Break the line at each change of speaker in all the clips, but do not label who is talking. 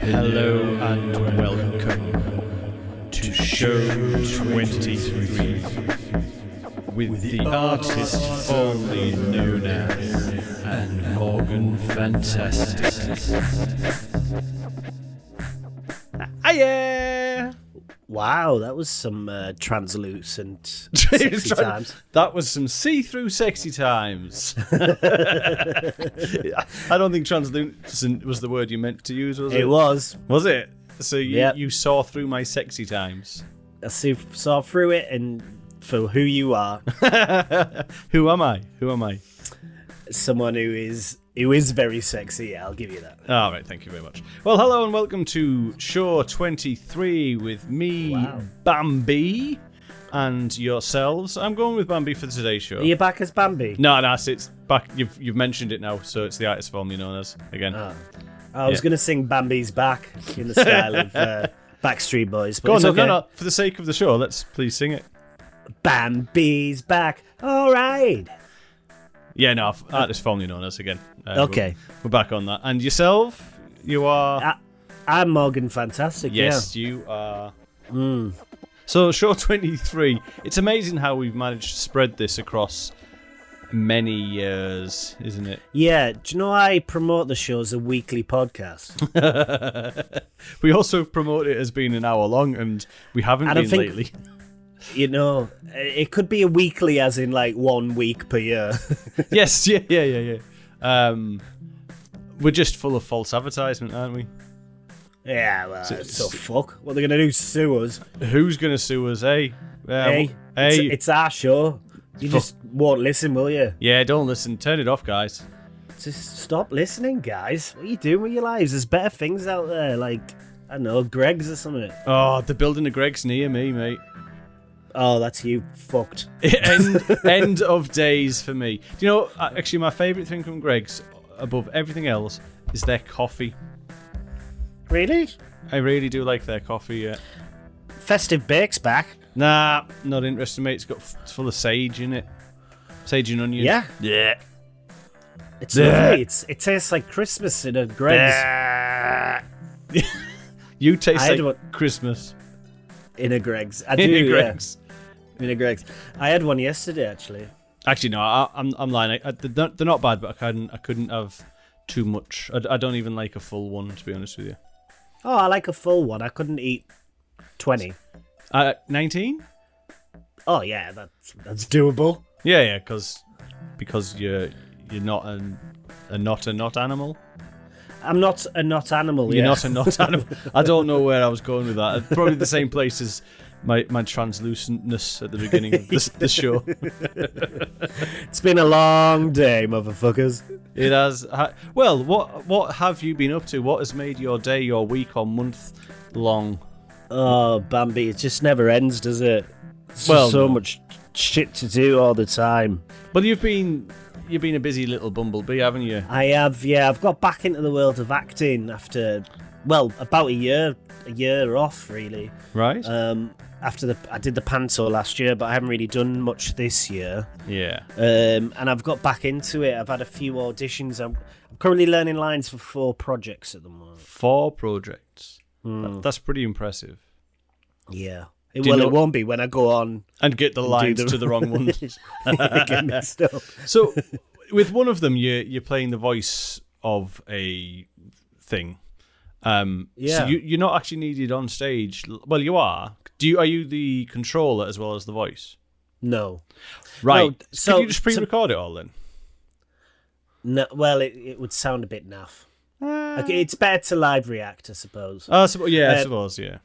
Hello and welcome to Show 23 with the artist formerly known as and Morgan Fantastic.
Hiya!
Wow, that was some uh, translucent
He
sexy
was trying-
times.
That was some see-through sexy times. I don't think translucent was the word you meant to use, was it?
It was.
Was it? So you,
Yep.
you saw through my sexy times.
I see- saw through it and for who you are,
Who am I? Who am I?
someone who is who is very sexy. Yeah, I'll give you that.
All right, thank you very much. Well, hello and welcome to Show 23 with me, Bambi, and yourselves. I'm going with Bambi for today's show.
Are you back as Bambi?
No, no, it's- it's back. You've you've mentioned it now, so it's the artist formerly known as again.
Uh, I was
yeah.
going to sing Bambi's back in the style of uh, Backstreet Boys, but
Go on,
it's
then,
okay.
no, no. For the sake of the show, let's please sing it.
Bambi's back. All right.
Yeah, no, f- artist formerly known as again. Uh, we're-
Okay.
we're, back on that. And yourself, you are.
I, I'm Morgan Fantastic.
yes, you are. Hmm. So show twenty three. It's amazing how we've managed to spread this across many years, isn't it?
Yeah. yeah. Do you know I promote the show as a weekly podcast?
We also promote it as being an hour long, and we haven't
I don't
been
think-
lately.
you know, eh, it could be a weekly, as in like one week per year.
yes, yeah, yeah, yeah, yeah. Um, we're just full of false advertisement, aren't we?
Yeah, well, so, fuck. What they're gonna do? Sue us?
Who's gonna sue us? Hey, Uh,
hey, it's,
hey.
it's our show. You just won't listen, will you?
yeah, don't listen. Turn it off, guys.
Just stop listening, guys. What are you doing with your lives? There's better things out there, like I don't know, Greg's or something.
Oh, the building of Greg's near me, mate.
Oh, that's you fucked.
end end of days for me. Do you know? uh, Actually, my favourite thing from Greg's, above everything else, is their coffee.
Really?
I really do like their coffee. Yeah.
Festive bakes back.
Nah, not interested, mate. It's got f- it's full of sage in it, sage and onion.
Yeah.
Yeah.
It's lovely. It's it tastes like Christmas in a Greg's
You taste
I had
like
one-
Christmas
in a Greg's. I do.
in
yeah.
Greg's.
In a Greg's. I had one yesterday actually.
Actually, no, I, I'm I'm lying. I, I- they're, not, they're not bad, but I couldn't I couldn't have too much. I, I don't even like a full one, to be honest with you.
Oh, I like a full one. I couldn't eat twenty.
Uh, 19?
Oh yeah, that's that's doable.
Yeah, yeah, because because you're you're not an a not a not animal.
I'm not a not animal.
You're
yeah.
not a not animal. I don't know where I was going with that. Probably the same place as my my translucentness at the beginning of this the show.
It's been a long day, motherfuckers.
It has. Ha- well, what what have you been up to? What has made your day, your week, or month long?
Oh, Bambi, it just never ends, does it? It's
Well,
just so
no.
much shit to do all the time.
Well, you've been you've been a busy little bumblebee, haven't you?
I have, yeah, I've got back into the world of acting after, well, about a year, a year off, really.
Right.
Um, after the, I did the panto last year, but I haven't really done much this year.
yeah.
Um, and I've got back into it. I've had a few auditions. I'm, I'm currently learning lines for four projects at the moment.
Four projects.
Hmm.
That- that's pretty impressive.
Yeah. It,
Do you
well,
know-
it won't be when I go on
And get the lines
the-
to the wrong ones.
and get mixed up.
so, with one of them, you're you're playing the voice of a thing. Um, So
Yeah.
you, you're not actually needed on stage. Well, you are. Do you are you the controller as well as the voice?
No.
Right.
Well, so-
Could you just
so-
pre-record it all then?
No, well, it, it would sound a bit naff.
Ah.
okay, it's better to live react, I suppose.
Uh, suppo- yeah, I
Uh,
suppose. Yeah.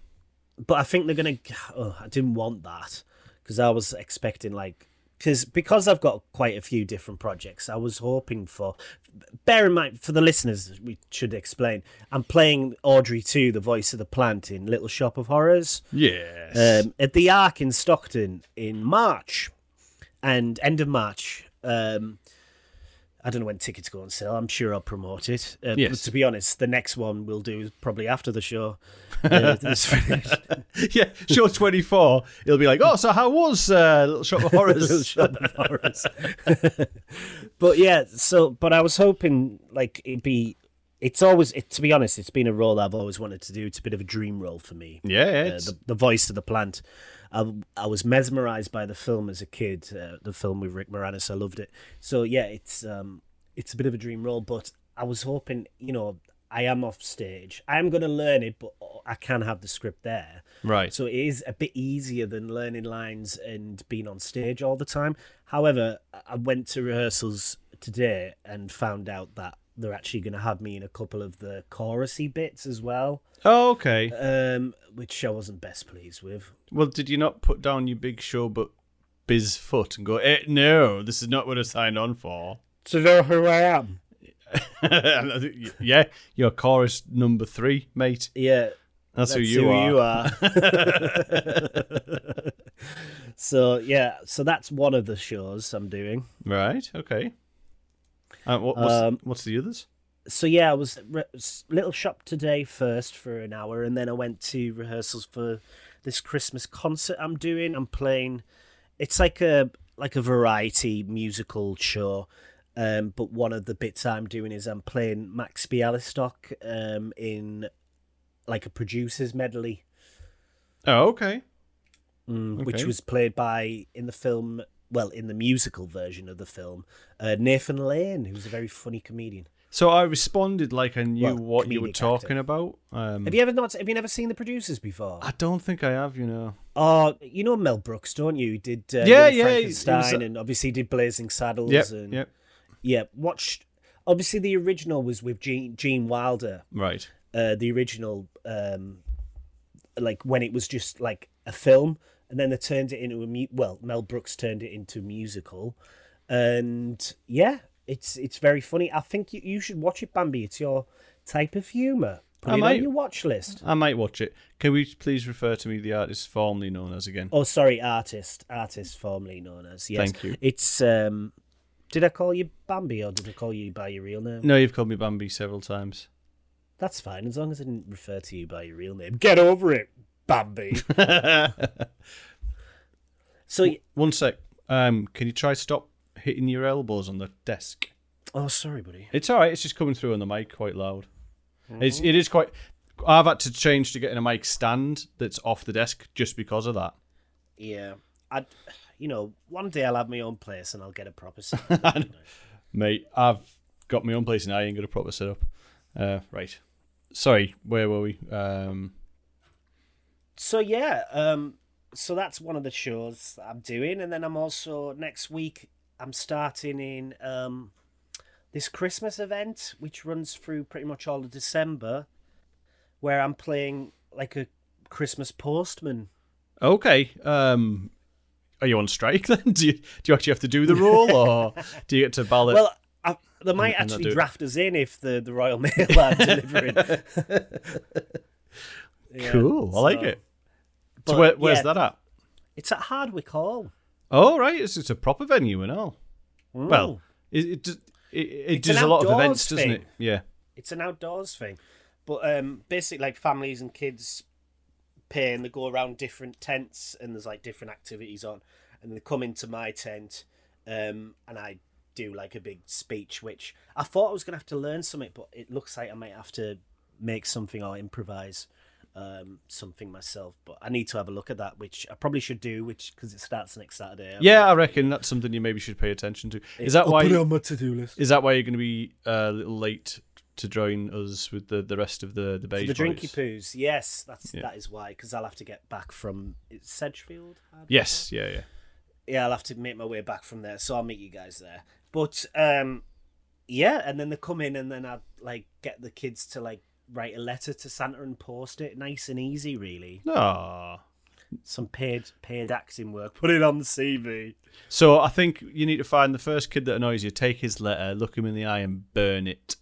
but I think they're gonna. Oh, I didn't want that because I was expecting like because because I've got quite a few different projects. I was hoping for. Bear in mind for the listeners, we should explain. I'm playing Audrey too, the voice of the plant in Little Shop of Horrors
Yes.
um, at the Ark in Stockton in March, and end of March. Um, I don't know when tickets go on sale. I'm sure I'll promote it. Uh,
Yes.
but to be honest, the next one we'll do is probably after the show. Uh, it's finished.
yeah, show 24. He'll be like, oh, so how was uh, Little Shop of
Little
Horrors?
Shop of Horrors. but yeah, so but I was hoping like it'd be. It's always, it, to be honest, it's been a role I've always wanted to do. It's a bit of a dream role for me.
yeah,
uh,
it's,
the, the voice of the plant. I, I was mesmerized by the film as a kid, uh, the film with Rick Moranis. I loved it. So yeah, it's um, it's a bit of a dream role, but I was hoping, you know, I am off stage. I am going to learn it, but I can have the script there.
right.
So it is a bit easier than learning lines and being on stage all the time. However, I- I went to rehearsals today and found out that they're actually going to have me in a couple of the chorusy bits as well,
oh, okay.
um, which I wasn't best pleased with.
Well, did you not put down your big show but biz foot and go, eh, no, this is not what I signed on for?
To know who I am.
And I think, yeah, you're chorus number three, mate.
Yeah,
That's,
that's
who you are.
you are. so yeah, so that's one of the shows I'm doing.
Right, okay. And what, what's,
Um,
what's the others?
so yeah, I was re- s- little shop today first for an hour, and then I went to rehearsals for this Christmas concert I'm doing. I'm playing. It's like a like a variety musical show, um, but one of the bits I'm doing is I'm playing Max Bialystock um, in like a producer's medley,
Oh, okay.
mm, which
Okay.
was played by in the film. Well, in the musical version of the film, uh, Nathan Lane, who's a very funny comedian.
So I responded like I knew
Well,
what you were
comedic actor.
talking about. Um,
Have you ever not? Have you never seen the producers before?
I don't think I have, you know.
Oh, you know Mel Brooks, don't you? He did uh,
Yeah,
yeah,
yeah, he- he was-
Frankenstein, and obviously he did Blazing Saddles,
Yep,
and
yep.
yeah, watched. Obviously, the original was with Gene, Gene Wilder.
Right.
Uh, the original, um, like when it was just like a film, and then they turned it into a mu- well, Mel Brooks turned it into a musical, and yeah, it's it's very funny. I think you, you should watch it, Bambi. It's your type of humor. Put
I
it
might.
on your watch list.
I might watch it. Can we please refer to me the artist formerly known as again?
Oh, sorry, artist, artist formerly known as. Yes.
Thank you.
It's um, did I call you Bambi or did I call you by your real name?
No, you've called me Bambi several times.
That's fine as long as I didn't refer to you by your real name. Get over it, Bambi. so, y-
One sec. Um, can you try stop hitting your elbows on the desk?
oh, sorry, buddy.
It's all right. It's just coming through on the mic quite loud. It's it is quite. I've had to change to getting a mic stand that's off the desk just because of that.
Yeah, I, you know, one day I'll have my own place and I'll get a proper. set.
Mate, I've got my own place and I ain't got a proper setup. Uh, right. Sorry, where were we? Um,
so yeah, um, so that's one of the shows that I'm doing, and then I'm also next week I'm starting in um, this Christmas event, which runs through pretty much all of December, where I'm playing like a Christmas postman.
okay. Um, are you on strike then? Do you do you actually have to do the role or do you get to ballot?
Well. I, they might
and they'll do
actually
it.
draft us in if the, the Royal Mail are delivering. Yeah,
cool. I like
so-
it. So
but
where, where's
yeah,
that at?
It's at Hardwick Hall.
Oh, right. It's, it's a proper venue and all. Well,
Mm.
it it, does- it, it
an
does a lot of
outdoors
events, doesn't it?
thing.
Yeah.
it's an outdoors thing but um basically like families and kids pay and they go around different tents and there's like different activities on and they come into my tent um and i do like a big speech which i thought i was gonna have to learn something but it looks like i might have to make something or improvise um something myself but i need to have a look at that which i probably should do which because it starts next saturday
Yeah, I reckon that's something you maybe should pay attention to. Is that why?
my to-do list
Is that why you're going to be uh, a little late to join us with the, the rest of the the beige
the drinky
boys?
poos yes that's
Yeah.
that is why because i'll have to get back from it's sedgefield Hardwick?
Yes, yeah, yeah.
yeah, I'll have to make my way back from there, so I'll meet you guys there. But um, yeah, and then they come in, and then I like get the kids to like write a letter to Santa and post it, nice and easy, really.
Ah.
Some paid paid acting work. Put it on the CV.
So I think you need to find the first kid that annoys you, take his letter, look him in the eye, and burn it.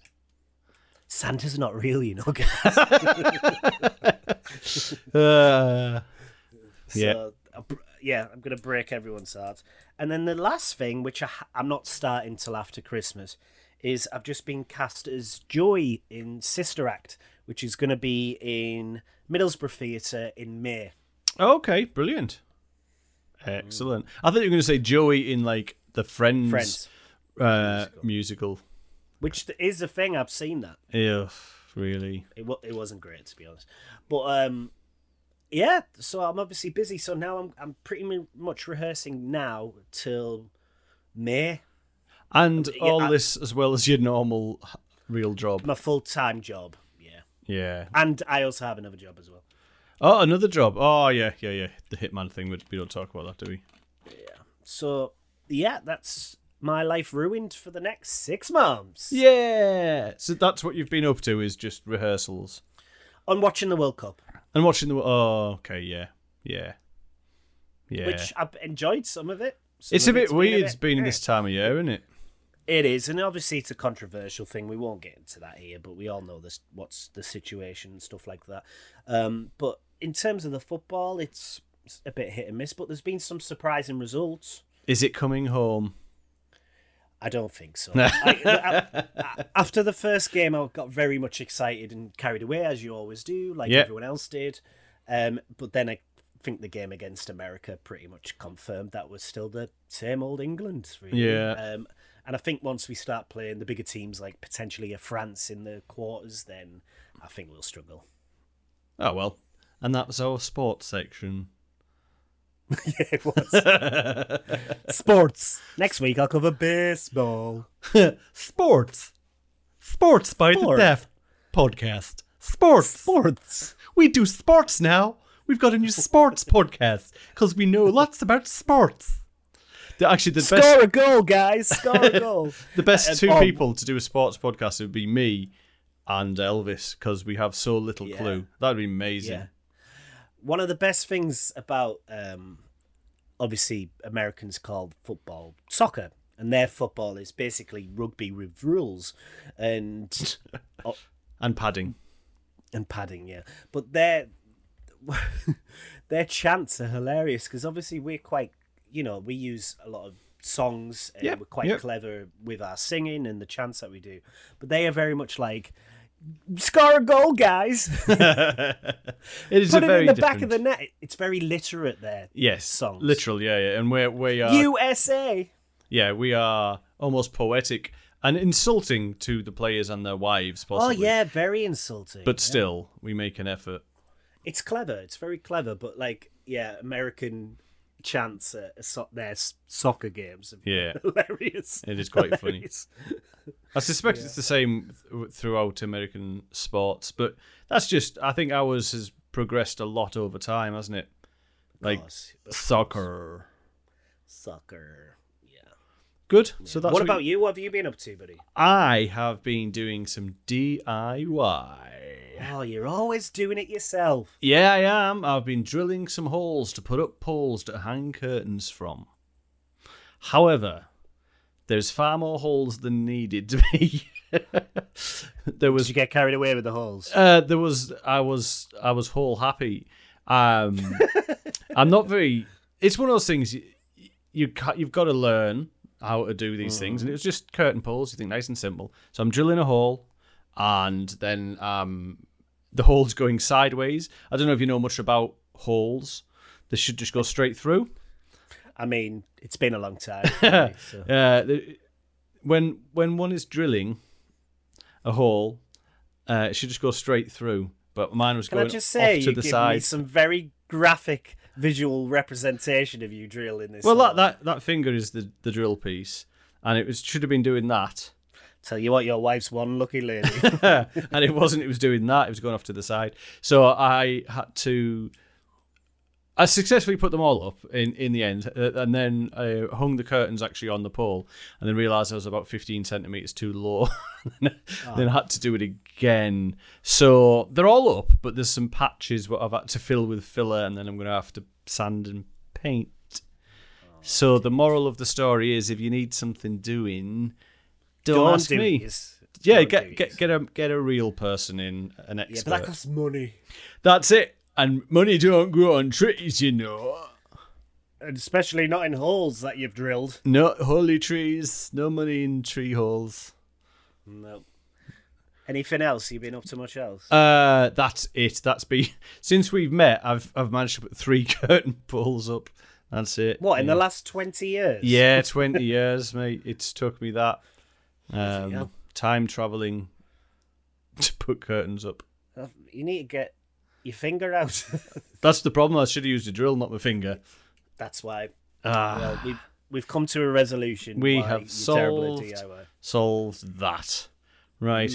Santa's not real, you know. guys.
Uh,
So,
Yeah. Uh,
I'll br- yeah, I'm gonna break everyone's heart. And then the last thing, which I, ha- I'm not starting till after Christmas, is I've just been cast as Joy in Sister Act, which is going to be in Middlesbrough Theatre in May.
Okay, brilliant. Excellent. I thought you were going to say Joey in like the Friends,
Friends.
Uh, musical.
Which th- is a thing. I've seen that.
Ugh, really.
It wa- it wasn't great to be honest, but um, yeah. So I'm obviously busy. So now I'm I'm pretty mu- much rehearsing now till May.
And
yeah,
all
I-
this as well as your normal h- real job.
My full time job. Yeah,
Yeah.
and I also have another job as well.
Oh, another job. Oh, yeah, yeah, yeah. The hitman thing. We we don't talk about that, do we?
So yeah, that's my life ruined for the next six months.
Yeah. So that's what you've been up to is just rehearsals
On watching the World Cup,
and watching the. Oh, okay. Yeah. Yeah. Yeah.
which I've enjoyed some of it. Some
it's a
of
bit
been
weird. It's been
eh.
this time of year, isn't it?
It is, and obviously it's a controversial thing. We won't get into that here, but we all know this what's the situation and stuff like that. Um, but in terms of the football, it's it's a bit hit and miss. But there's been some surprising results.
Is it coming home?
I don't think so. I, I- I- after the first game, I got very much excited and carried away, as you always do, like
Yeah.
everyone else did. Um, but then I think the game against America pretty much confirmed that was still the same old England. Really.
Yeah.
Um, and I think once we start playing the bigger teams, like potentially a France in the quarters, then I think we'll struggle.
Oh, well. And that was our sports section.
it was sports. Next week, I'll cover baseball.
Sports. Sports by
Sport.
Deaf podcast. Sports. Sports. We do sports now. We've got a new sports podcast because we know lots about sports. The- Actually, the best
Score a goal, guys! Score a goal.
the best
and um,
two
on.
people to do a sports podcast would be me and Elvis because we have so little
Yeah.
clue. That'd be amazing.
Yeah. one of the best things about um, obviously Americans call football soccer, and their football is basically rugby with rules and
And padding.
and padding, yeah. But their their chants are hilarious because obviously we're quite, you know, we use a lot of songs and
Yep,
we're quite
yep.
clever with our singing and the chants that we do. But they are very much like score a goal, guys.
It is
Put
a
it
very
in the
different...
back of the net. It's very literate there.
yes,
songs.
literal, yeah, yeah. And we're we are
USA.
yeah we are almost poetic and insulting to the players and their wives.
Oh
Possibly.
yeah, very insulting.
but still we make an effort.
it's clever. It's very clever. But like, yeah, American chants at a so- their s- soccer games. are
Yeah,
Hilarious.
it is quite funny.
Hilarious.
I suspect it's the same th- throughout American sports, but that's just I think ours has progressed a lot over time, hasn't it? Like
Gosh,
soccer.
soccer. Yeah.
Good. So that's
what, about you? What have you been up to, buddy?
I have been doing some DIY.
Oh, you're always doing it yourself.
Yeah, I am. I've been drilling some holes to put up poles to hang curtains from. However, there's far more holes than needed to be. there was
Did you get carried away with the holes?
Uh, there was I was I was whole happy. Um, I'm not very. It's one of those things you, you ca- you've got to learn how to do
Mm.
these things, and it was just curtain poles. You think nice and simple. So I'm drilling a hole, and then um, the hole's going sideways. I don't know if you know much about holes. They should just go straight through.
I mean, it's been a long time. really, so.
Uh, the- when when one is drilling a hole, uh, it should just go straight through. But mine was
Can I
going
just say,
off to
you
the
give me
side.
some very graphic visual representation of you drilling this.
Well, that,
hole.
that that finger is the, the drill piece, and it was should have been doing that,
Tell you what, your wife's one lucky lady.
and it wasn't. It was doing that. It was going off to the side. So I had to. I successfully put them all up in, in the end, uh, and then I hung the curtains actually on the pole, and then realised I was about 15 centimetres too low. then,
Ah.
then I had to do it again. So they're all up, but there's some patches what I've had to fill with filler, and then I'm going to have to sand and paint.
Oh,
So the moral of the story is if you need something doing, don't, ask
do
me.
it yours-
Yeah,
don't do
get
it
get
yourself.
get a get a real person in an expert.
Yeah, but that costs money.
That's it. And money don't grow on trees, you know.
and especially not in holes that you've drilled.
No holy trees, no money in tree holes.
No. Anything else? You've been up to much else?
Uh, that's it. That's been since we've met. I've I've managed to put three curtain pulls up. That's it.
what in
yeah.
the last twenty years?
Yeah, twenty years, mate. It's took me that um,
hell.
time traveling to put curtains up.
Uh, You need to get your finger out.
That's the problem. I should have used a drill, not my finger.
That's why.
Ah,
Well, we've we've come to a resolution.
We
why
have
you're terrible at
solved-
DIY.
solved that. Right.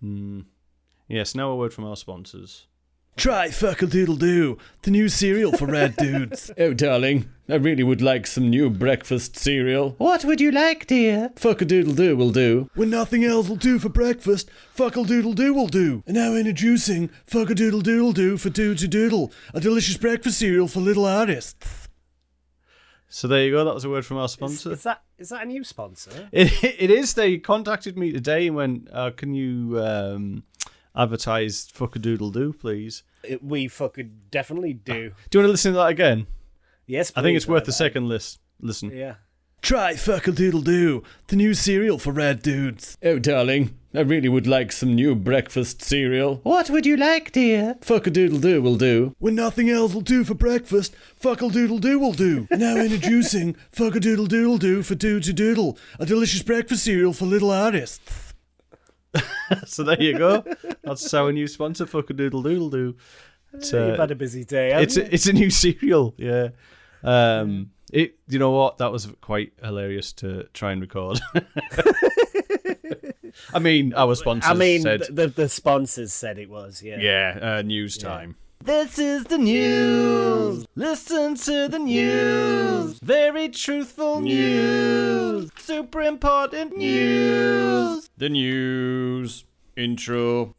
Hmm. Yes. Now a word from our sponsors. Try Fuckledoodle Doo, the new cereal for red dudes. oh, darling, I really would like some new breakfast cereal. What would you like, dear? Fuckledoodle Doo will do. When nothing else will do for breakfast, Fuckledoodle Doo will do. And now introducing Fuckledoodle Doodle Doo for Dudes Who Doodle, a delicious breakfast cereal for little artists. So there you go. That was a word from our
Is,
sponsor.
is that is that a new sponsor?
It, it is. They contacted me today and went, uh, "Can you um, advertise Fuckadoodle Doo, please?"
It- we fucking definitely do.
Do you want to listen to that again?
Ah. Yes,
I think
please,
it's worth a
uh,
second list. Listen.
Yeah.
Try Fuckadoodle Doo, the new cereal for red dudes. Oh, darling, I really would like some new breakfast cereal. What would you like, dear? Fuckadoodle Doo will do. When nothing else will do for breakfast, Fuckledoodle Doo will do. now introducing Fuckadoodle Doodle Doo for Doo to Doodle, a delicious breakfast cereal for little artists. so there you go. That's our new sponsor, Fuckadoodle Doodle Doo. It's, uh,
You've had a busy day.
it's
haven't
a, it's a new serial, yeah. Um, it you know what that was quite hilarious to try and record. I mean, our sponsors
you? I mean,
said,
the, the the sponsors said it was. Yeah.
yeah, uh, news time. This is the news. Listen to the news. Very truthful news. Super important news. The news intro.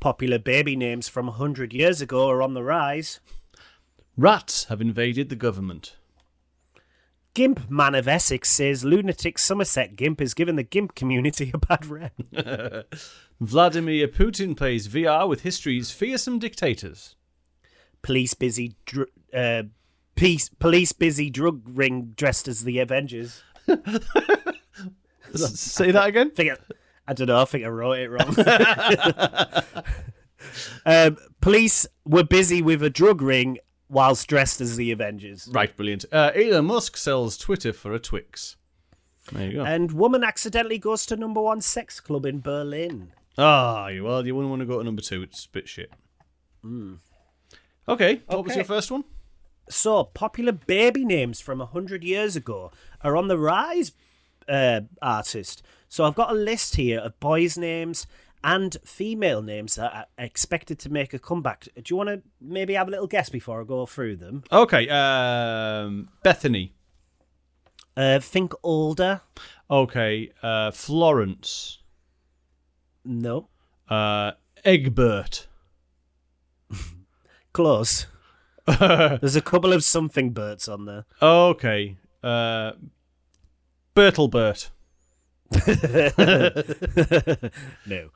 Popular baby names from hundred years ago are on the rise.
Rats have invaded the government.
Gimp Man of Essex says lunatic Somerset Gimp is giving the Gimp community a bad rep.
Vladimir Putin plays VR with history's fearsome dictators.
Police busy, dr- uh, peace, police busy drug ring dressed as the Avengers.
S- Say that again.
think I, I don't know. I think I wrote it wrong. um, police were busy with a drug ring whilst dressed as the Avengers.
Right, brilliant. Uh, Elon Musk sells Twitter for a Twix. There you go.
And woman accidentally goes to number one sex club in Berlin.
Ah, you- well, you wouldn't want to go to number two. It's a bit shit. Hmm. Okay, what was
Okay.
your first one?
So popular baby names from hundred years ago are on the rise. Uh, artist. So I've got a list here of boys' names and female names that are expected to make a comeback. Do you want to maybe have a little guess before I go through them?
Okay, um, Bethany.
Uh, think older.
Okay, uh, Florence.
No.
Uh, Egbert.
Close. There's a couple of something Berts on there.
Okay, uh, Bertelbert.
No.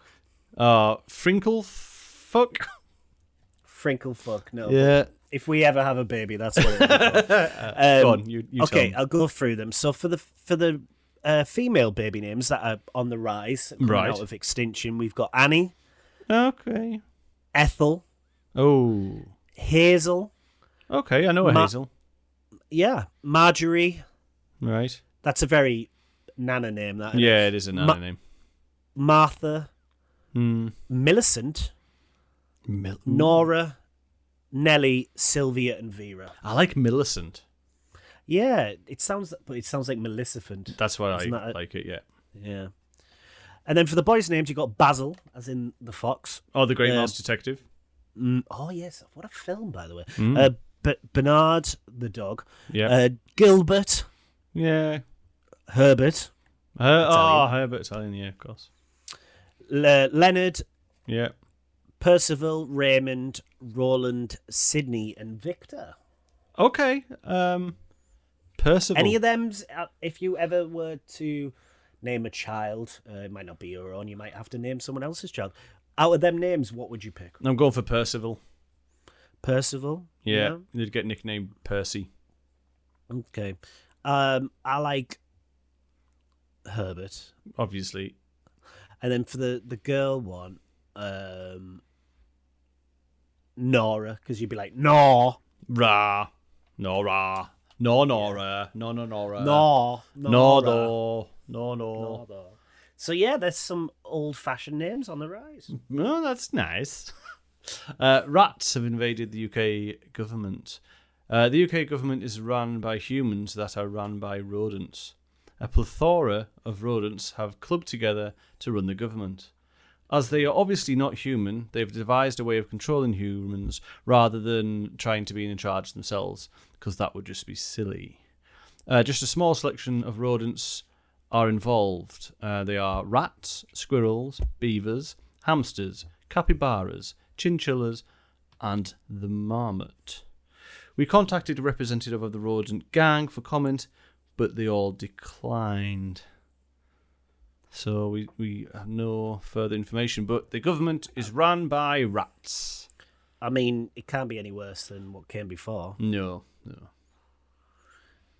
Uh, Frinkle. Fuck.
Frinkle fuck, no.
Yeah.
If we ever have a baby, that's what it'll be called. Um,
Go on, you, you tell
okay,
me.
I'll go through them. So for the for the uh, female baby names that are on the rise, coming
Right.
out of extinction, we've got Annie,
Okay.
Ethel,
Oh.
Hazel,
Okay, I know a
Ma-
Hazel.
yeah, Marjorie.
Right.
That's a very nana name, that isn't it?
Yeah, it is a
Ma-
nana name.
Martha,
Mm.
Millicent,
Mil-
Nora, Nellie, Sylvia, and Vera.
I like Millicent.
Yeah, it sounds, but it sounds like Maleficent.
That's why I
Isn't that a-
like it, yeah.
Yeah. And then for the boys' names, you got Basil, as in the fox.
Oh, The Great
Um,
Mouse Detective. Hmm,
Mm, oh yes, what a film, by the way.
Mm.
Uh, but Bernard the dog.
Yeah.
Uh, Gilbert,
yeah.
Herbert,
Her- oh,
Italian.
Herbert Italian, yeah, of course.
Le- Leonard,
Yeah.
Percival, Raymond, Roland, Sydney, and Victor.
Okay. Um, Percival.
Any of them's, uh, if you ever were to name a child, uh, it might not be your own. You might have to name someone else's child. Out of them names, what would you pick?
I'm going for Percival.
Percival.
Yeah. They'd get nicknamed Percy.
Okay. Um, I like Herbert,
Obviously,
and then for the the girl one, um, Nora, because you'd be like Nor,
Ra, Nora, no Nora, no no Nora,
Uh, Nor,
no
Nora.
though, no no.
Nor. So yeah, there's some old-fashioned names on the rise.
Well, that's nice. Uh, rats have invaded the UK government. Uh, the UK government is run by humans that are run by rodents. A plethora of rodents have clubbed together to run the government. As they are obviously not human, they've devised a way of controlling humans rather than trying to be in charge themselves, because that would just be silly. Uh, just a small selection of rodents are involved. Uh, they are rats, squirrels, beavers, hamsters, capybaras, chinchillas, and the marmot. We contacted a representative of the rodent gang for comment, but they all declined. So we, we have no further information, but the government is run by rats.
I mean, it can't be any worse than what came before.
No, no.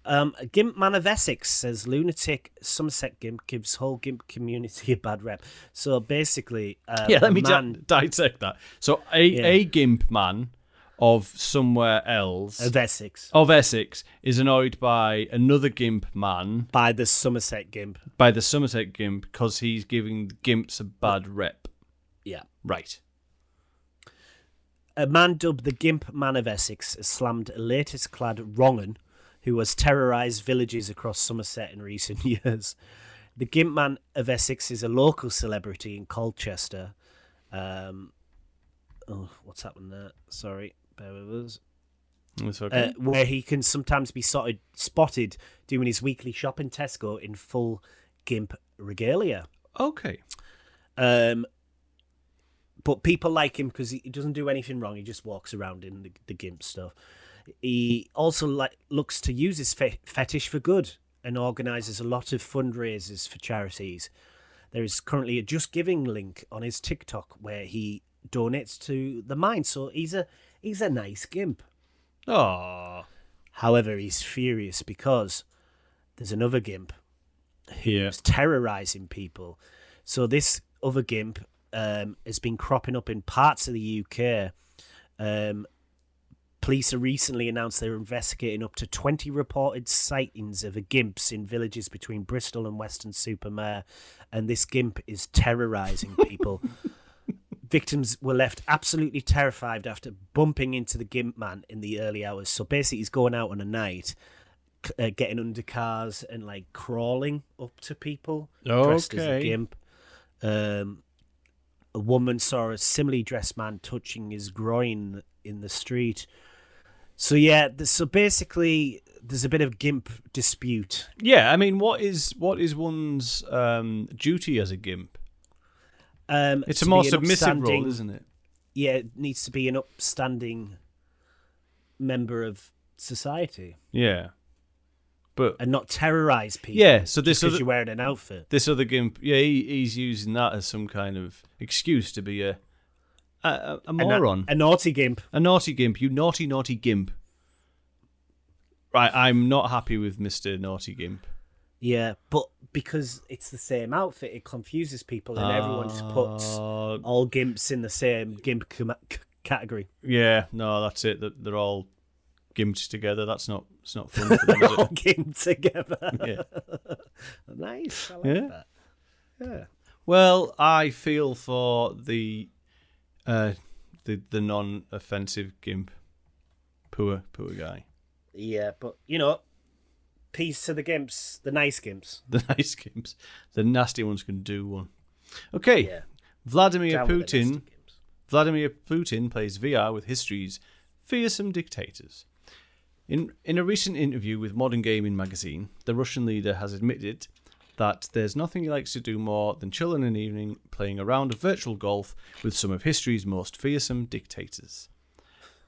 Um, Gimp Man of Essex says lunatic Somerset Gimp gives whole Gimp community a bad rep. So basically, uh,
yeah, let
a
me di-
man
dissect that. So a
Yeah.
a gimp man of somewhere else
of Essex
of Essex is annoyed by another gimp man
by the Somerset Gimp.
by the Somerset gimp because he's giving the gimps a bad rep.
Yeah,
Right.
a man dubbed the Gimp Man of Essex has slammed a latest clad wrongen who has terrorised villages across Somerset in recent years. The Gimp Man of Essex is a local celebrity in Colchester. Um, oh, what's happened there? Sorry, bear with us.
It's
uh,
okay.
where he can sometimes be sorted, spotted doing his weekly shop in Tesco in full gimp regalia.
okay.
Um, but people like him because he he doesn't do anything wrong. He just walks around in the, the gimp stuff. He also like looks to use his fe- fetish for good and organises a lot of fundraisers for charities. There is currently a Just Giving link on his TikTok where he donates to the mine. So he's a he's a nice gimp.
Oh,
However, he's furious because there's another gimp
here.
who's terrorizing people. So this other gimp um, has been cropping up in parts of the UK. Um, police have recently announced they're investigating up to 20 reported sightings of a gimps in villages between Bristol and Western Supermare, and this gimp is terrorizing people. Victims were left absolutely terrified after bumping into the gimp man in the early hours. So basically, he's going out on a night c- uh, getting under cars and like crawling up to people dressed as a
Okay.
gimp. Um, a woman saw a similarly dressed man touching his groin in the street. So yeah, th- so basically, there's a bit of gimp dispute.
Yeah, I mean, what is what is one's um, duty as a gimp?
Um,
It's
to
a more
be an
submissive
upstanding-
role, isn't it?
Yeah, it needs to be an upstanding member of society
Yeah, but
and not terrorize people.
yeah. So this
because
other
you're wearing an outfit.
this other gimp, yeah, he, he's using that as some kind of excuse to be a a, a, a
A na-
moron,
a naughty gimp.
a naughty gimp. You naughty, naughty gimp. Right, I'm not happy with Mister Naughty Gimp.
Yeah, but because it's the same outfit, it confuses people, and everyone just puts
Uh,
all gimps in the same gimp com- c- category.
yeah, no, that's it. That they're all gimped together. That's not. It's not fun for them. Is
all gimp together.
it? Yeah.
nice. I like
Yeah.
that.
Well, I feel for the uh, the the non-offensive gimp, poor poor guy,
Yeah, but you know, peace to the gimps, the nice gimps.
the nice gimps, the nasty ones can do one. Okay,
Yeah.
Vladimir
Down with the nasty
Putin.
gimps.
Vladimir Putin plays VR with history's fearsome dictators. In, in a recent interview with Modern Gaming magazine, the Russian leader has admitted that there's nothing he likes to do more than chill in an evening playing a round of virtual golf with some of history's most fearsome dictators.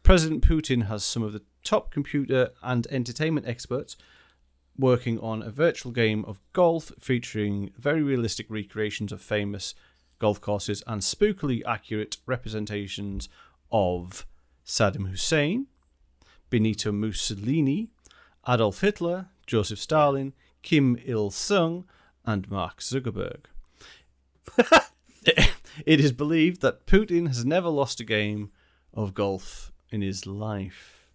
President Putin has some of the top computer and entertainment experts working on a virtual game of golf featuring very realistic recreations of famous golf courses and spookily accurate representations of Saddam Hussein, Benito Mussolini, Adolf Hitler, Joseph Stalin, Kim Il sung, and Mark Zuckerberg. it is believed that Putin has never lost a game of golf in his life.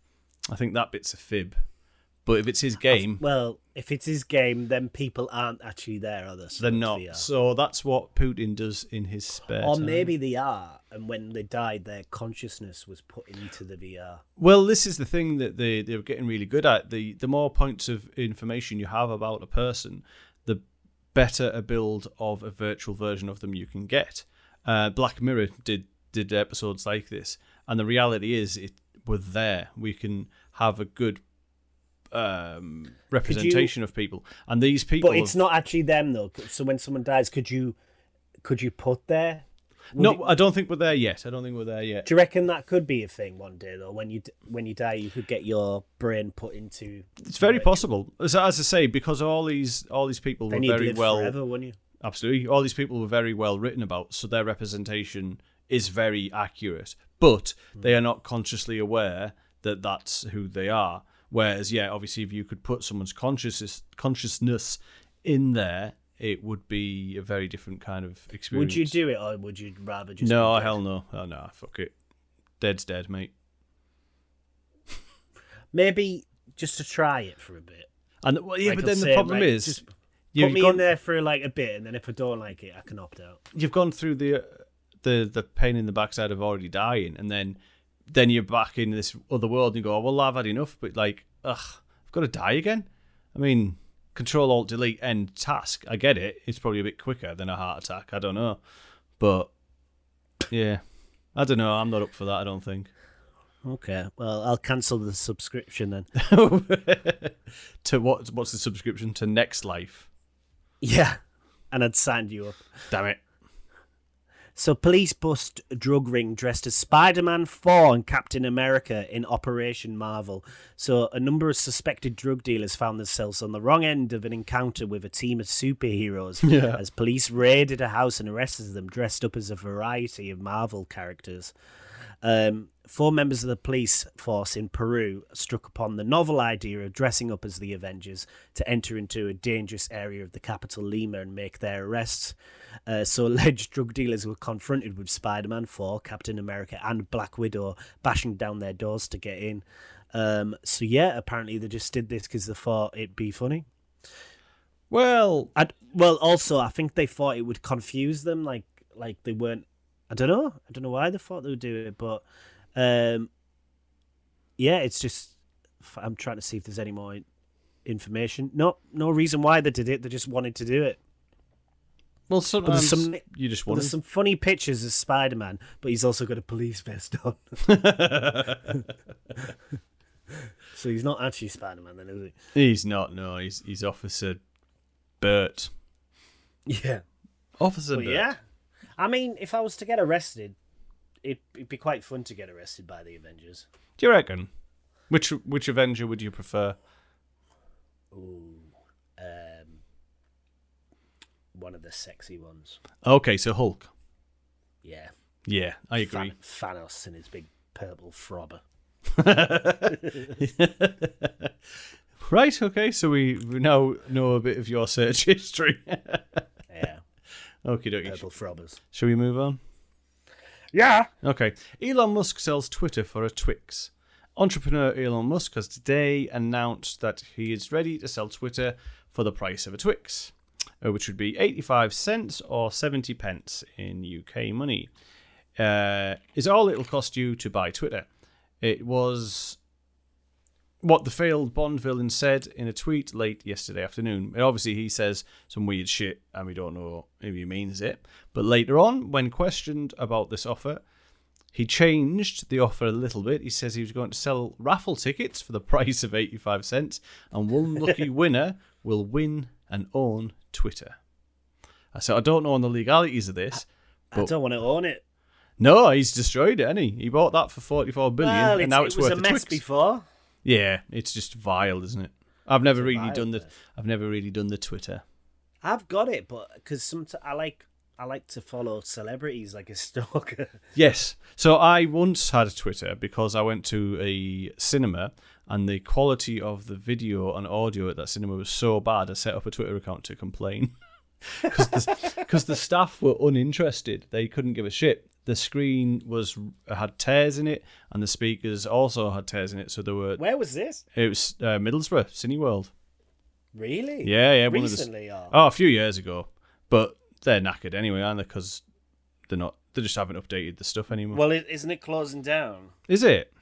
I think that bit's a fib. But if it's his game,
Well, if it's his game, then people aren't actually there, are they?
they're not.
VR.
So that's what Putin does in his spare
uh, Or
time.
maybe they are, and when they died, their consciousness was put into the VR.
Well, this is the thing that they they're getting really good at. The the more points of information you have about a person, the better a build of a virtual version of them you can get. Uh, Black Mirror did did episodes like this, and the reality is it we're there. We can have a good um, representation of people, and these people.
But it's not actually them though. So when someone dies, could you could you put there? would
No, I don't think we're there yet. I don't think we're there yet.
Do you reckon that could be a thing one day though? When you d- when you die, you could get your brain put into.
It's very possible, as, as I say, because all these all these people
Then
were
you'd
very
live
well.
forever, wouldn't you?
Absolutely. All these people were very well written about, so their representation is very accurate, but
Hmm.
they are not consciously aware that that's who they are. Whereas, yeah, obviously, if you could put someone's consciousness, consciousness in there, it would be a very different kind of experience.
Would you do it, or would you rather just?
No,
be dead?
hell no. Oh, no, fuck it. Dead's dead, mate.
Maybe just to try it for a bit.
And well, yeah,
Like
but
I'm
then the
saying,
problem
like,
is,
just
you've
put me in
gone-
there for like a bit, and then if I don't like it, I can opt out.
you've gone through the the the pain in the backside of already dying, and then then you're back in this other world and you go, oh, well, I've had enough, but like, ugh, I've got to die again. I mean, Control Alt Delete End Task. I get it; it's probably a bit quicker than a heart attack. I don't know, but yeah, I don't know. I'm not up for that. I don't think.
Okay, well, I'll cancel the subscription then.
to what? What's the subscription to Next Life?
yeah, and I'd sign you up.
Damn it!
So police bust a drug ring dressed as Spider-Man 4 and Captain America in Operation Marvel. So a number of suspected drug dealers found themselves on the wrong end of an encounter with a team of superheroes as police raided a house and arrested them dressed up as a variety of Marvel characters. Um, four members of the police force in Peru struck upon the novel idea of dressing up as the Avengers to enter into a dangerous area of the capital Lima and make their arrests. Uh, so, alleged drug dealers were confronted with Spider Man 4, Captain America, and Black Widow bashing down their doors to get in. Um, so, yeah, apparently they just did this because they thought it'd be funny.
Well,
i well, also, I think they thought it would confuse them, like like they weren't. I don't know. I don't know why they thought they would do it, but um, yeah, it's just. f- I'm trying to see if there's any more in- information. No, no reason why they did it. They just wanted to do it.
well, sometimes
some-
you just
Well,
want
there's some funny pictures of Spider-Man, but he's also got a police vest on, so he's not actually Spider-Man, then, is
He's not. No, he's he's Officer Bert.
he? Yeah.
Officer
But
Bert.
Oh, yeah, I mean, if I was to get arrested, it, it'd be quite fun to get arrested by the Avengers.
Do you reckon? Which which Avenger would you prefer?
Ooh, um, one of the sexy ones.
Okay, so Hulk.
Yeah,
Yeah, I agree.
Than- Thanos and his big purple frobber.
right. Okay, so we, we now know a bit of your search history.
Yeah,
okay, dokie.
purple frobbers.
Shall we move on?
Yeah.
Okay. Elon Musk sells Twitter for a Twix. Entrepreneur Elon Musk has today announced that he is ready to sell Twitter for the price of a Twix, uh, which would be 85 cents or 70 pence in UK money. Uh, is all it'll cost you to buy Twitter. It was what the failed Bond villain said in a tweet late yesterday afternoon. And obviously, he says some weird shit, and we don't know if he means it. But later on, when questioned about this offer, he changed the offer a little bit. He says he was going to sell raffle tickets for the price of 85 cents, and one lucky winner will win and own Twitter. So I don't know on the legalities of this.
I don't want to own it.
No, he's destroyed it, hasn't he? He bought that for 44 billion,
Well,
and
it's,
now it's
it was
worth
a mess
Twix.
before.
Yeah, it's just vile, isn't it? I've never
a
really
vile
done the
mess.
I've never really done the Twitter.
I've got it, but because sometimes I like I like to follow celebrities like a stalker.
Yes. So I once had a Twitter because I went to a cinema and the quality of the video and audio at that cinema was so bad I set up a Twitter account to complain. Because the, 'cause the staff were uninterested. They couldn't give a shit. The screen was had tears in it and the speakers also had tears in it. So there were.
Where was this?
It was uh, Middlesbrough, Cineworld.
Really?
Yeah, yeah. One
Recently,
of
or-
the, oh, a few years ago. But they're knackered anyway, aren't they? Because they're not. They just haven't updated the stuff anymore.
Well, i- isn't it closing down?
Is it?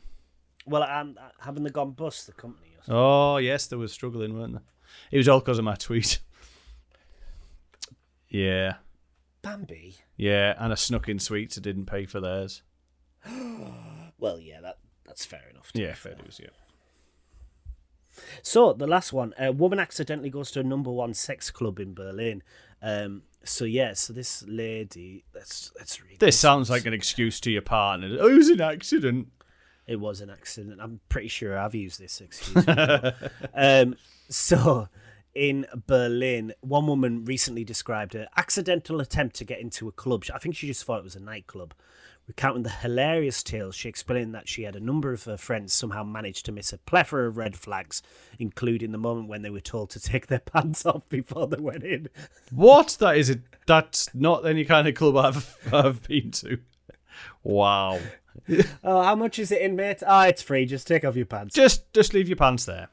Well, um, haven't they gone bust the company? Or something?
Oh yes, they were struggling, weren't they? It was all because of my tweet. yeah,
Bambi.
yeah, and I snuck in sweets. I didn't pay for theirs.
Well, yeah, that that's fair enough. to
Yeah,
be
fair dues. Yeah.
So the last one, a woman accidentally goes to a number one sex club in Berlin. Um, so yeah, so this lady, let's let's read.
This sounds like an excuse to your partner. Oh, it was an accident.
It was an accident. I'm pretty sure I've used this excuse. before. um, so in Berlin, one woman recently described her accidental attempt to get into a club. I think she just thought it was a nightclub. Recounting the hilarious tale, she explained that she had a number of her friends somehow managed to miss a plethora of red flags, including the moment when they were told to take their pants off before they went in.
What? That is a. That's not any kind of club I've I've been to. Wow.
Oh, how much is it in, mate? Ah, it's free. Just take off your pants.
Just just leave your pants there.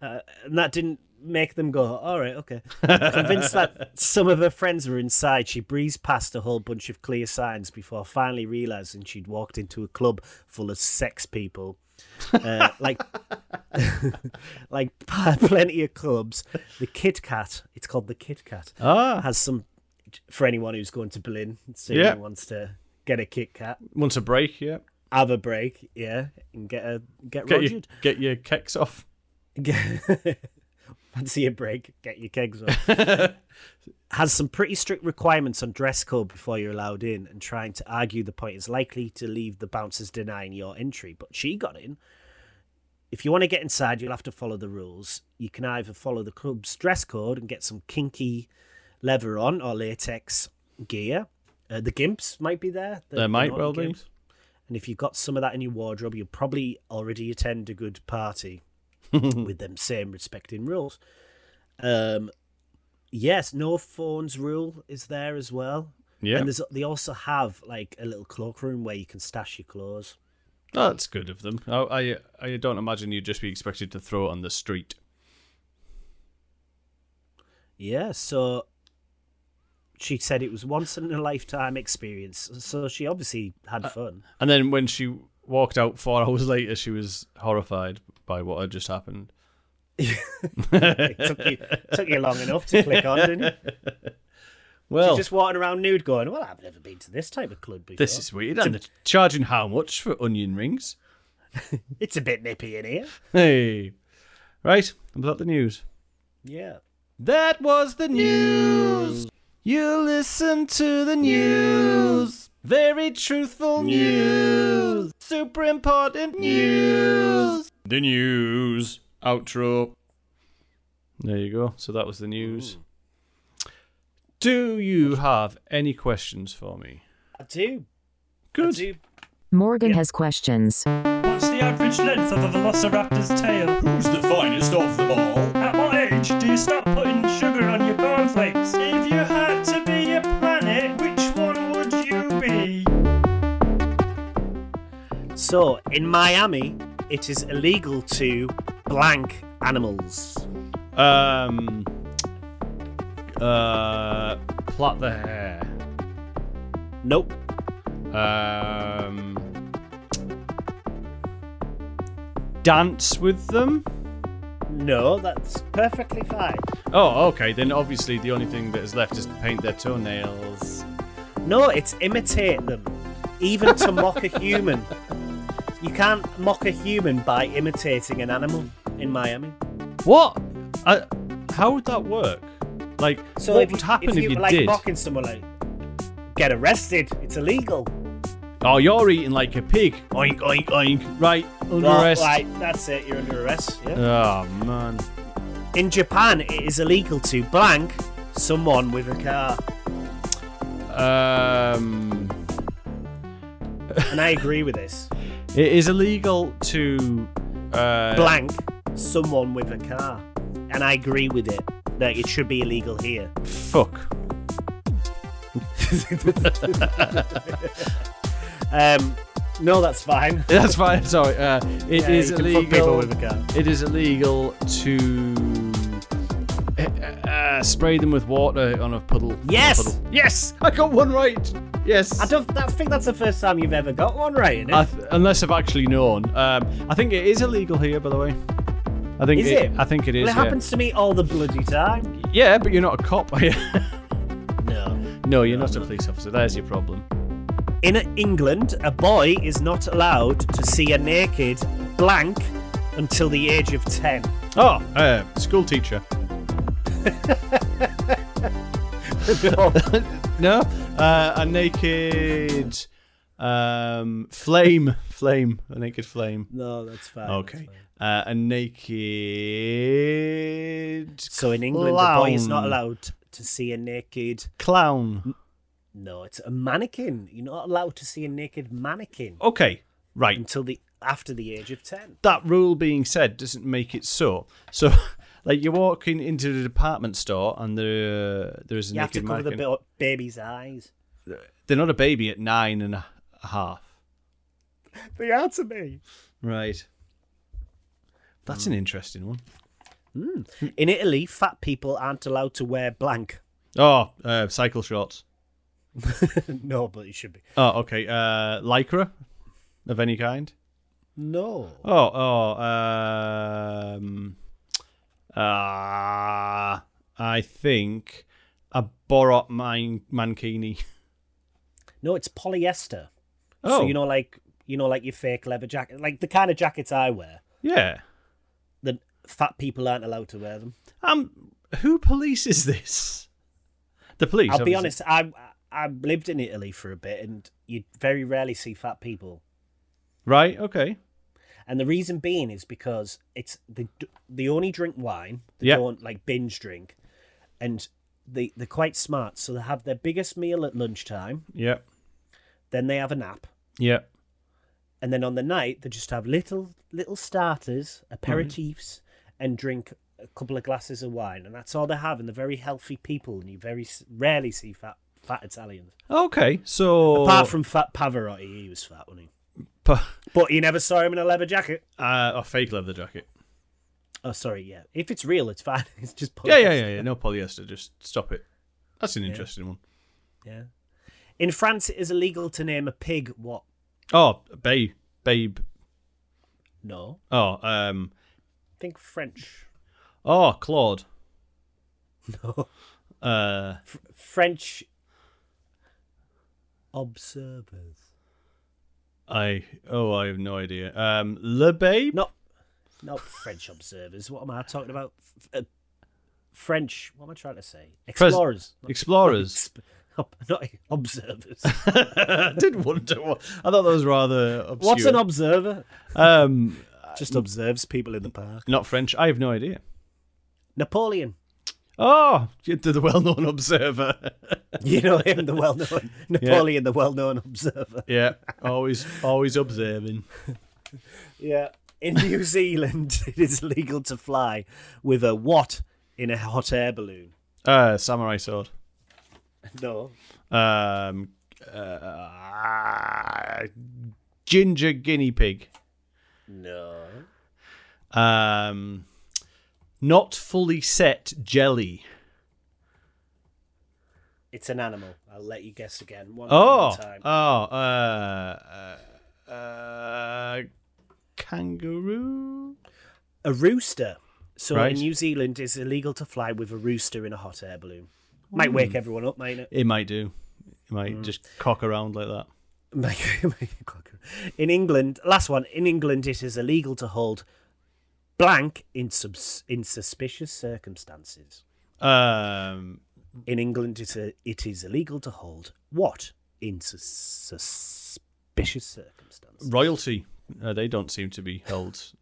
and that didn't make them go, all right, okay. Convinced that some of her friends were inside, she breezed past a whole bunch of clear signs before finally realizing she'd walked into a club full of sex people. Uh, like, like plenty of clubs. The Kit Kat, it's called the Kit Kat,
Ah.
has some for anyone who's going to Berlin, see
Yeah.
who wants to get a Kit Kat,
Once a break, yeah.
have a break, yeah, and get a get,
Get your
rogered.
get your kicks off.
Get- Fancy a break? Get your kegs up. Has some pretty strict requirements on dress code before you're allowed in, and trying to argue the point is likely to leave the bouncers denying your entry. But she got in. If you want to get inside, you'll have to follow the rules. You can either follow the club's dress code and get some kinky leather on or latex gear. Uh, the gimps might be there. The,
There
the
might
naughty
well be.
gimps. And if you've got some of that in your wardrobe, you'll probably already attend a good party with them same respecting rules. Um, yes, no phones rule is there as well.
Yeah.
And there's they also have like a little cloakroom where you can stash your clothes.
That's good of them. I, I I don't imagine you'd just be expected to throw it on the street.
Yeah, so she said it was once in a lifetime experience. So she obviously had
Uh,
fun.
And then when she walked out four hours later, she was horrified by what had just happened.
It took you took you long enough to click on, didn't it?
Well,
Just walking around nude, going, "Well, I've never been to this type of club before.
this is weird. And they're charging how much for onion rings?
it's a bit nippy in here."
Hey, right. Was that the news?
Yeah.
That was the news. You listen to the news. Very truthful news. Super important news. The news. Outro. There you go. So that was the news. Do you have any questions for me?
I do. I
Good.
do.
Morgan has questions.
What's the average length of a velociraptor's tail?
Who's the finest of them all?
At what age do you stop putting sugar on your cornflakes? If you had to be a planet, which one would you be?
So in Miami, it is illegal to blank animals.
Um. Uh. Plait the hair.
Nope.
Um, dance with them.
No, that's perfectly fine.
Oh, okay. Then obviously the only thing that is left is to paint their toenails.
No, it's imitate them. Even to mock a human. You can't mock a human by imitating an animal in Miami.
What? I, how would that work? Like,
So
what
if,
would happen if,
if you,
you,
were, like
did?
mocking someone like get arrested, it's illegal.
Oh, you're eating like a pig. Oink, oink, oink. Right, under
Well,
arrest.
right, that's it, you're under arrest. Yeah.
Oh man.
In Japan, it is illegal to blank someone with a car.
Um,
and I agree with this.
it is illegal to uh,
Blank, someone with a car, and I agree with it that it should be illegal here.
fuck.
Um, no, that's fine.
That's fine. Sorry, uh, it is
Yeah, you can fuck
illegal.
people with a car.
It is illegal to uh, uh, spray them with water on a puddle. on a
Yes!
puddle. yes, I got one right. Yes,
I don't. I think that's the first time you've ever got one right. Isn't it?
I th- unless I've actually known. Um, I think it is illegal here, by the way. I think
Is it?
I think it is.
Well, it
yeah.
happens to me all the bloody time.
Yeah, but you're not a cop, are you?
No.
no, you're not a police officer. There's your problem.
In England, a boy is not allowed to see a naked blank until the age of ten.
Oh, uh, school teacher.
No.
No, uh, a naked um, flame, flame, a naked flame.
no, that's fine. that's
Okay,
fine.
uh, a naked
So in England, a boy is not
clown.
allowed to see a naked.
clown.
No, it's a mannequin. You're not allowed to see a naked mannequin
Okay, right.
until the after the age of ten.
that rule being said doesn't make it so. So, like you're walking into the department store and there there is a
You have to
naked
cover the
mannequin.
ba- baby's eyes.
They're not a baby at nine and a half,
They are to me.
right? That's
Hmm.
an interesting one.
In Italy, fat people aren't allowed to wear blank.
Oh, uh, cycle shorts.
no, but it should be.
Oh, okay. Uh, lycra of any kind.
No.
Oh, oh. Um, uh, I think a Borat man- mankini.
No, it's polyester.
Oh,
So you know, like you know, like your fake leather jacket, like the kind of jackets I wear.
yeah.
That fat people aren't allowed to wear them.
Um, who polices this? The police.
I'll be
obviously.
honest. I I lived in Italy for a bit, and you very rarely see fat people.
Right. Okay.
And the reason being is because it's they d- they only drink wine. They
Yeah.
don't like binge drink, and they they're quite smart. So they have their biggest meal at lunchtime.
Yep.
Then they have a nap.
Yep.
and then on the night they just have little little starters, aperitifs, and drink a couple of glasses of wine, and that's all they have. And they're very healthy people, and you very s- rarely see fat fat Italians,
Okay. So
apart from fat Pavarotti. He was fat, wasn't he?
pa-
But you never saw him in a leather jacket.
uh, a fake leather jacket.
Oh, sorry, yeah. If it's real, it's fine. It's just
Yeah, yeah, yeah, yeah. No polyester. Just stop it. That's an interesting one.
yeah. In France, it is illegal to name a pig what?
Oh, babe, babe.
No,
Oh, um,
think French.
oh, Claude.
No,
Uh,
F- French observers.
I. Oh, I have no idea. Um, le babe.
Not, not French observers. What am I talking about? F- uh, French. What am I trying to say?
Pres-
Explorers. not-
Explorers.
exp- ob- not observers.
I did wonder. What, I thought that was rather obscure.
What's an observer?
um?
Uh, Just observes people in the park.
Not French. I have no idea.
Napoleon.
Oh, to the well-known observer.
You know him, the well-known Napoleon, the well-known observer.
yeah, always, always observing.
Yeah. In New Zealand, it is legal to fly with a what in a hot air balloon.
Uh, samurai sword.
No.
Um, uh, ginger guinea pig.
No.
Um, not fully set jelly.
It's an animal. I'll let you guess again. One
Oh,
more time.
oh, uh, uh, uh, kangaroo.
a rooster. So
Right.
in New Zealand, it's illegal to fly with a rooster in a hot air balloon. Might
Hmm.
wake everyone up, might it?
It might do. It might just cock around like that.
Might- might cocker. in England, last one. In England, it is illegal to hold blank in subs- in suspicious circumstances.
Um,
In England, it, uh, it is illegal to hold what in sus- suspicious circumstances.
royalty. Uh, they don't seem to be held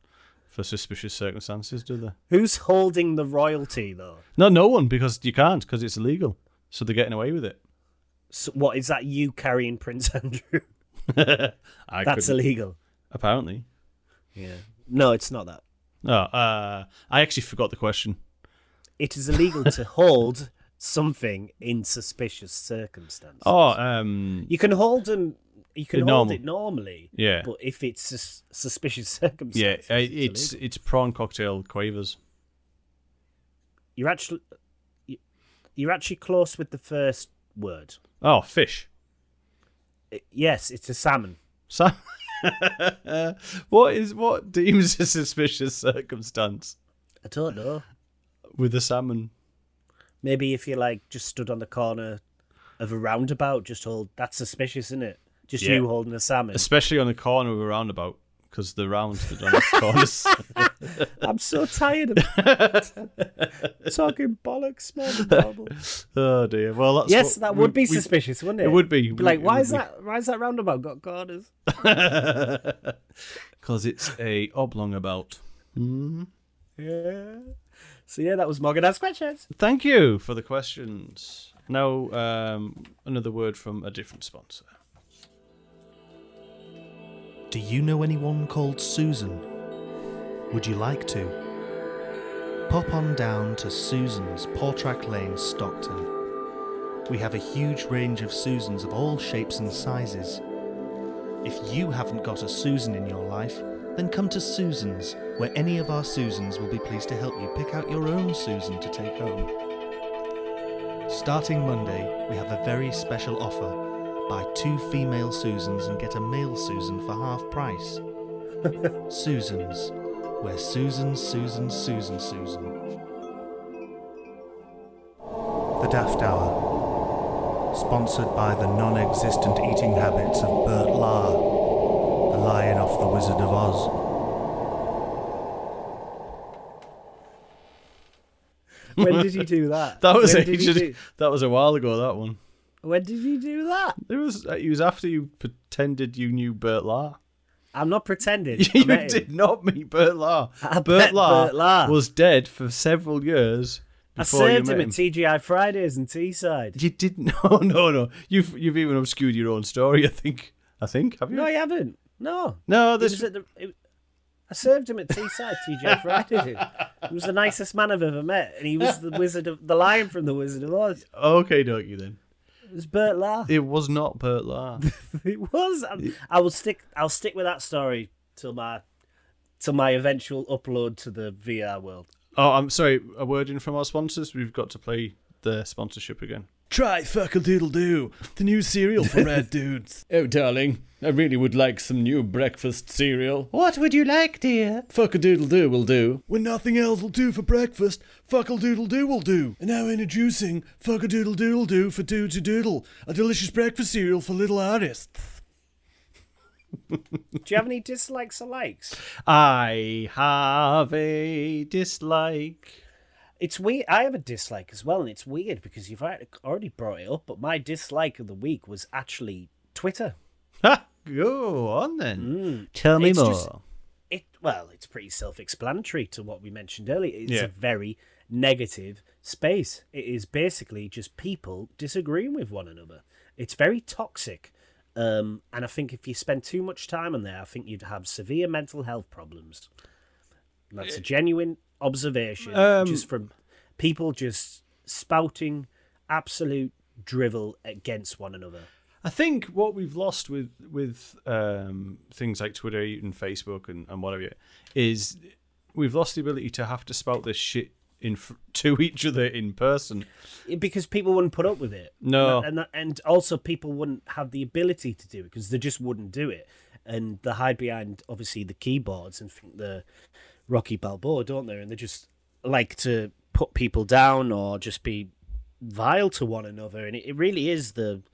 for suspicious circumstances, do they?
Who's holding the royalty though?
No, no one, because you can't, because it's illegal. So they're getting away with it.
So what is that you carrying Prince Andrew?
I
That's
couldn't-
illegal.
apparently.
Yeah. No, it's not that.
Oh, uh, I actually forgot the question.
It is illegal to hold something in suspicious circumstances.
Oh, um,
You can hold them. You can
They're
hold
normal.
it normally.
Yeah.
But if it's sus- suspicious
yeah,
circumstances,
uh, it's
illegal.
it's prawn cocktail quavers.
you're actually you- you're actually close with the first word.
Oh, fish.
I- Yes, it's a salmon.
So, what is what deems a suspicious circumstance
I don't know.
with a salmon?
Maybe if you like just stood on the corner of a roundabout, just hold. That's suspicious, isn't it? Just
Yeah.
you holding a salmon.
especially on the corner of a roundabout because the round stood on its corners.
I'm so tired of talking bollocks, man. Marble.
oh dear. Well, that's
Yes,
what
that
we-
would be
we-
suspicious, wouldn't it?
it would be.
Be like,
It
why
would
is
be.
that? Why is that roundabout got corners?
Because it's a oblong about.
Yeah. So yeah, that was Morgan has questions.
Thank you for the questions. Now, um, another word from a different sponsor.
Do you know anyone called Susan? Would you like to? Pop on down to Susan's Portrack Lane, Stockton. We have a huge range of Susans of all shapes and sizes. If you haven't got a Susan in your life, then come to Susan's, where any of our Susans will be pleased to help you pick out your own Susan to take home. Starting Monday, we have a very special offer buy two female Susans and get a male Susan for half price. Susans, where Susan, Susan, Susan, Susan. The Daft Hour, sponsored by the non-existent eating habits of Bert Lahr, the lion off the Wizard of Oz.
When did you do that?
That was
when did you
ages-
do-
That was a while ago. That one.
when did you do that?
It was. uh, It was after you pretended you knew Bert Lahr.
I'm not pretending. I
You
met him.
did not meet Bert Lahr.
I
Bert
met
Lahr
Bert Lahr.
was dead for several years
I
before you
served
met
him
him.
at TGI Fridays in Teesside.
You didn't? No, no, no. You've you've even obscured your own story. I think. I think. Have you?
No, I haven't. No.
no
He
this
was at the, it- I served him at Teesside, TGI Fridays. He was the nicest man I've ever met, and he was the wizard of the lion from the Wizard of Oz.
Okay, don't you then?
It was Bert Lahr.
It was not Bert Lahr.
It was. i I will stick. I'll stick with that story till my till my eventual upload to the VR world.
oh, I'm sorry. A word in from our sponsors. We've got to play the sponsorship again. Try Fuckle Doo, the new cereal for rad dudes.
Oh, darling, I really would like some new breakfast cereal.
What would you like, dear?
Fuck a doodle do will do.
When nothing else will do for breakfast, fuckle doodle doo will do. And now introducing fuckle doodle doodle doo for doo to doodle, a delicious breakfast cereal for little artists.
Do you have any dislikes or likes?
I have a dislike.
It's weird. I have a dislike as well, and it's weird because you've al- already brought it up. But my dislike of the week was actually Twitter.
Ha! Go on
Mm.
then. Tell
It's just- It well, it's pretty self-explanatory to what we mentioned earlier. It's
Yeah.
a very negative space. It is basically just people disagreeing with one another. It's very toxic, um, and I think if you spend too much time on there, I think you'd have severe mental health problems. And that's a genuine observation,
Eh. Um,
just from people just spouting absolute drivel against one another.
I think what we've lost with with um, things like Twitter and Facebook and, and whatever is we've lost the ability to have to spout this shit in fr- to each other in person.
because people wouldn't put up with it.
No.
and that, and also people wouldn't have the ability to do it because they just wouldn't do it, and they hide behind obviously the keyboards and think they're Rocky Balboa, don't they? And they just like to put people down or just be vile to one another, and it, it really is the.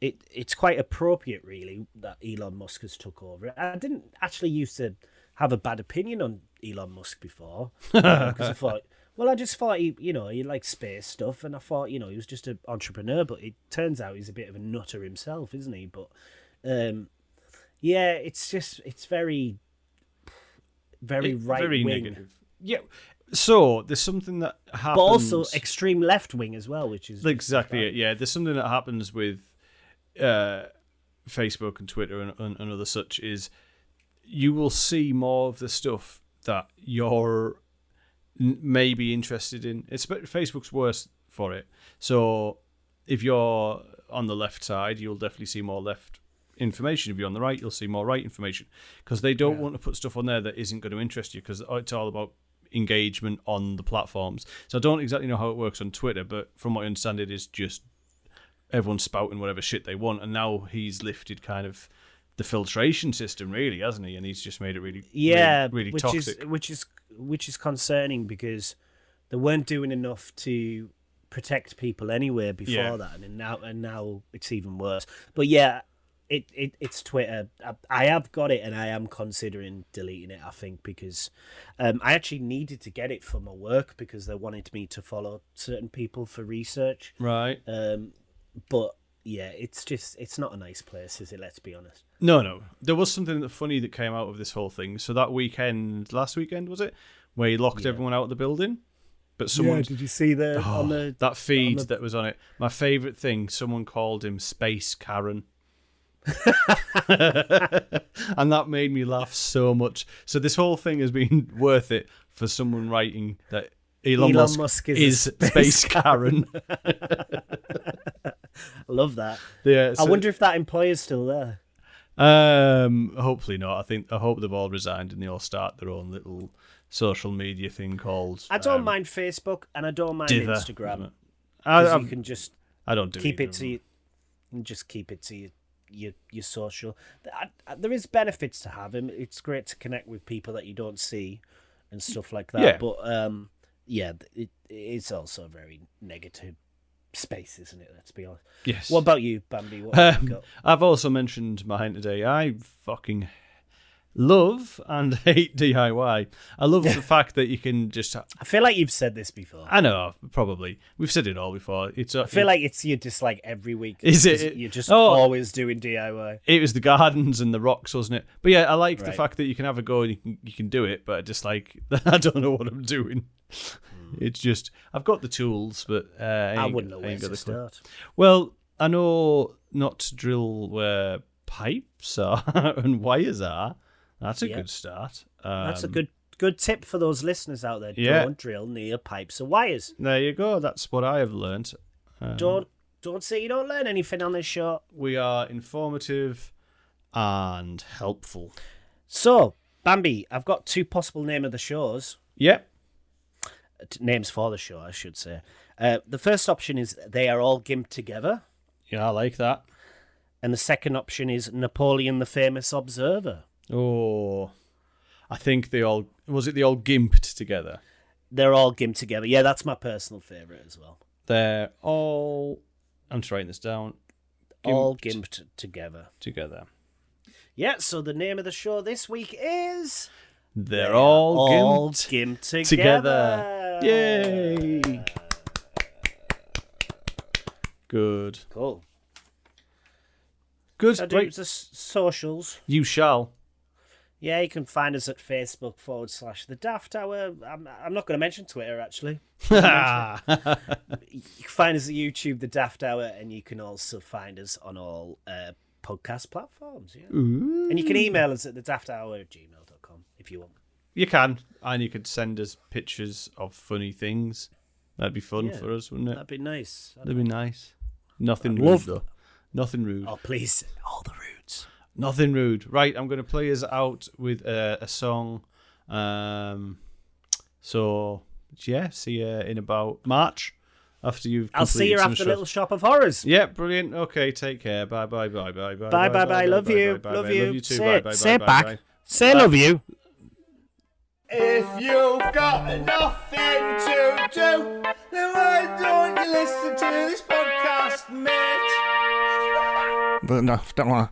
It, it's quite appropriate, really, that Elon Musk has took over. I didn't actually used to have a bad opinion on Elon Musk before, because I thought, well, I just thought he, you know, he liked space stuff, and I thought, you know, he was just an entrepreneur, but it turns out he's a bit of a nutter himself, isn't he? But, um, yeah, it's just it's very, very right
Very
wing.
negative. Yeah, So there's something that happens.
but also extreme left wing as well, which is
exactly it. Yeah, there's something that happens with uh, Facebook and Twitter and, and, and other such is you will see more of the stuff that you're n- maybe interested in. It's Facebook's worse for it. So if you're on the left side, you'll definitely see more left information. If you're on the right, you'll see more right information because they don't want to put stuff on there that isn't going to interest you because it's all about engagement on the platforms. So I don't exactly know how it works on Twitter, but from what I understand, it is just everyone spouting whatever shit they want. And now he's lifted kind of the filtration system, really, hasn't he? And he's just made it really,
yeah,
really, really
which
toxic.
is which is which is concerning because they weren't doing enough to protect people anywhere before
Yeah.
that, and now and now it's even worse. But yeah, it, it it's Twitter. I, I have got it, and I am considering deleting it. I think because um, I actually needed to get it for my work because they wanted me to follow certain people for research.
right?
Um, but yeah, it's just it's not a nice place, is it? Let's be honest.
No, no. There was something that funny that came out of this whole thing. So that weekend, last weekend was it, where he locked everyone out of the building, but someone Oh,
did you see the on the
that feed
the-
that was on it. My favorite thing. Someone called him Space Karen. and that made me laugh so much. So this whole thing has been worth it for someone writing that Elon,
Elon
Musk,
Musk
is,
is a
Space, Karen.
I love that.
yeah, so-
I wonder if that employer's still there.
Um, hopefully not. I think I hope they've all resigned and they all start their own little social media thing called.
I don't
um,
mind Facebook and I don't mind
Dither, isn't
Instagram
it? I,
'cause
I'm-
you can just
I don't do
keep
either
it
of
to
them.
you, and just keep it to your your, your social. I, I, there is benefits to having. It's great to connect with people that you don't see and stuff like that.
Yeah.
But um, yeah, it, it's also a very negative space, isn't it? Let's be honest.
Yes.
What about you, Bambi? What have you
Um,
got?
I've also mentioned mine today. I fucking love and hate DIY. I love the fact that you can just.
I feel like you've said this before. I,
I know, probably we've said it all before. It's. I
feel like it's your dislike every week.
Is it-
because You're just
Oh.
always doing DIY.
it was the gardens and the rocks, wasn't it? But yeah, I like the
Right.
fact that you can have a go and you can, you can do it, but I just like I don't know what I'm doing. It's just I've got the tools, but uh, I,
Hmm. I
ain't-
wouldn't know where
ain't got
to
the clue.
start.
Well, I know not to drill where pipes are and wires are. That's a
Yeah.
good start. Um,
That's a good good tip for those listeners out there.
yeah.
Don't drill near pipes or wires.
There you go. That's what I have learnt. Um,
Don't don't say you don't learn anything on this show.
We are informative and helpful.
So, Bambi, I've got two possible name of the shows.
Yep.
uh, t- Names for the show, I should say. Uh, the first option is they are all gimped together,
Yeah, I like that.
and the second option is Napoleon the famous observer.
Oh, I think they all was it they all gimped together.
They're all gimped together. Yeah, that's my personal favorite as well.
They're all. I'm just writing this down.
All
Gimped.
gimped together.
together.
Yeah, so the name of the show this week is
They're
They are
all,
all
gimped
gimped
together.
together.
Yay! Good.
Cool.
Good.
So do
Right.
the s- socials.
You shall.
Yeah, you can find us at Facebook forward slash the Daft Hour. I'm, I'm not going to mention Twitter actually. You can find us at YouTube, the Daft Hour, and you can also find us on all uh, podcast platforms. Yeah.
Ooh.
And you can email us at the Daft Hour at gmail.com if you want.
You can, and you could send us pictures of funny things. That'd be fun
Yeah.
for us, wouldn't it?
That'd be nice.
That'd be nice. Nothing rude
love
though. Nothing rude.
Oh, please. All the roots.
Nothing rude. Right, I'm going to play us out with uh, a song. Um, so, yeah, see you in about March after you've.
I'll see you
completed some
after
stuff.
Little Shop of Horrors.
Yeah, brilliant. Okay, take care. Bye, bye, bye, bye, bye,
Bye, bye, bye. Love you.
bye,
Love
bye.
you.
Love you too.
Say
Bye,
it.
bye,
Say
bye, bye,
it back.
bye.
Say love you.
If you've got nothing to do, then why don't you listen to this podcast, mate?
But no, don't wanna.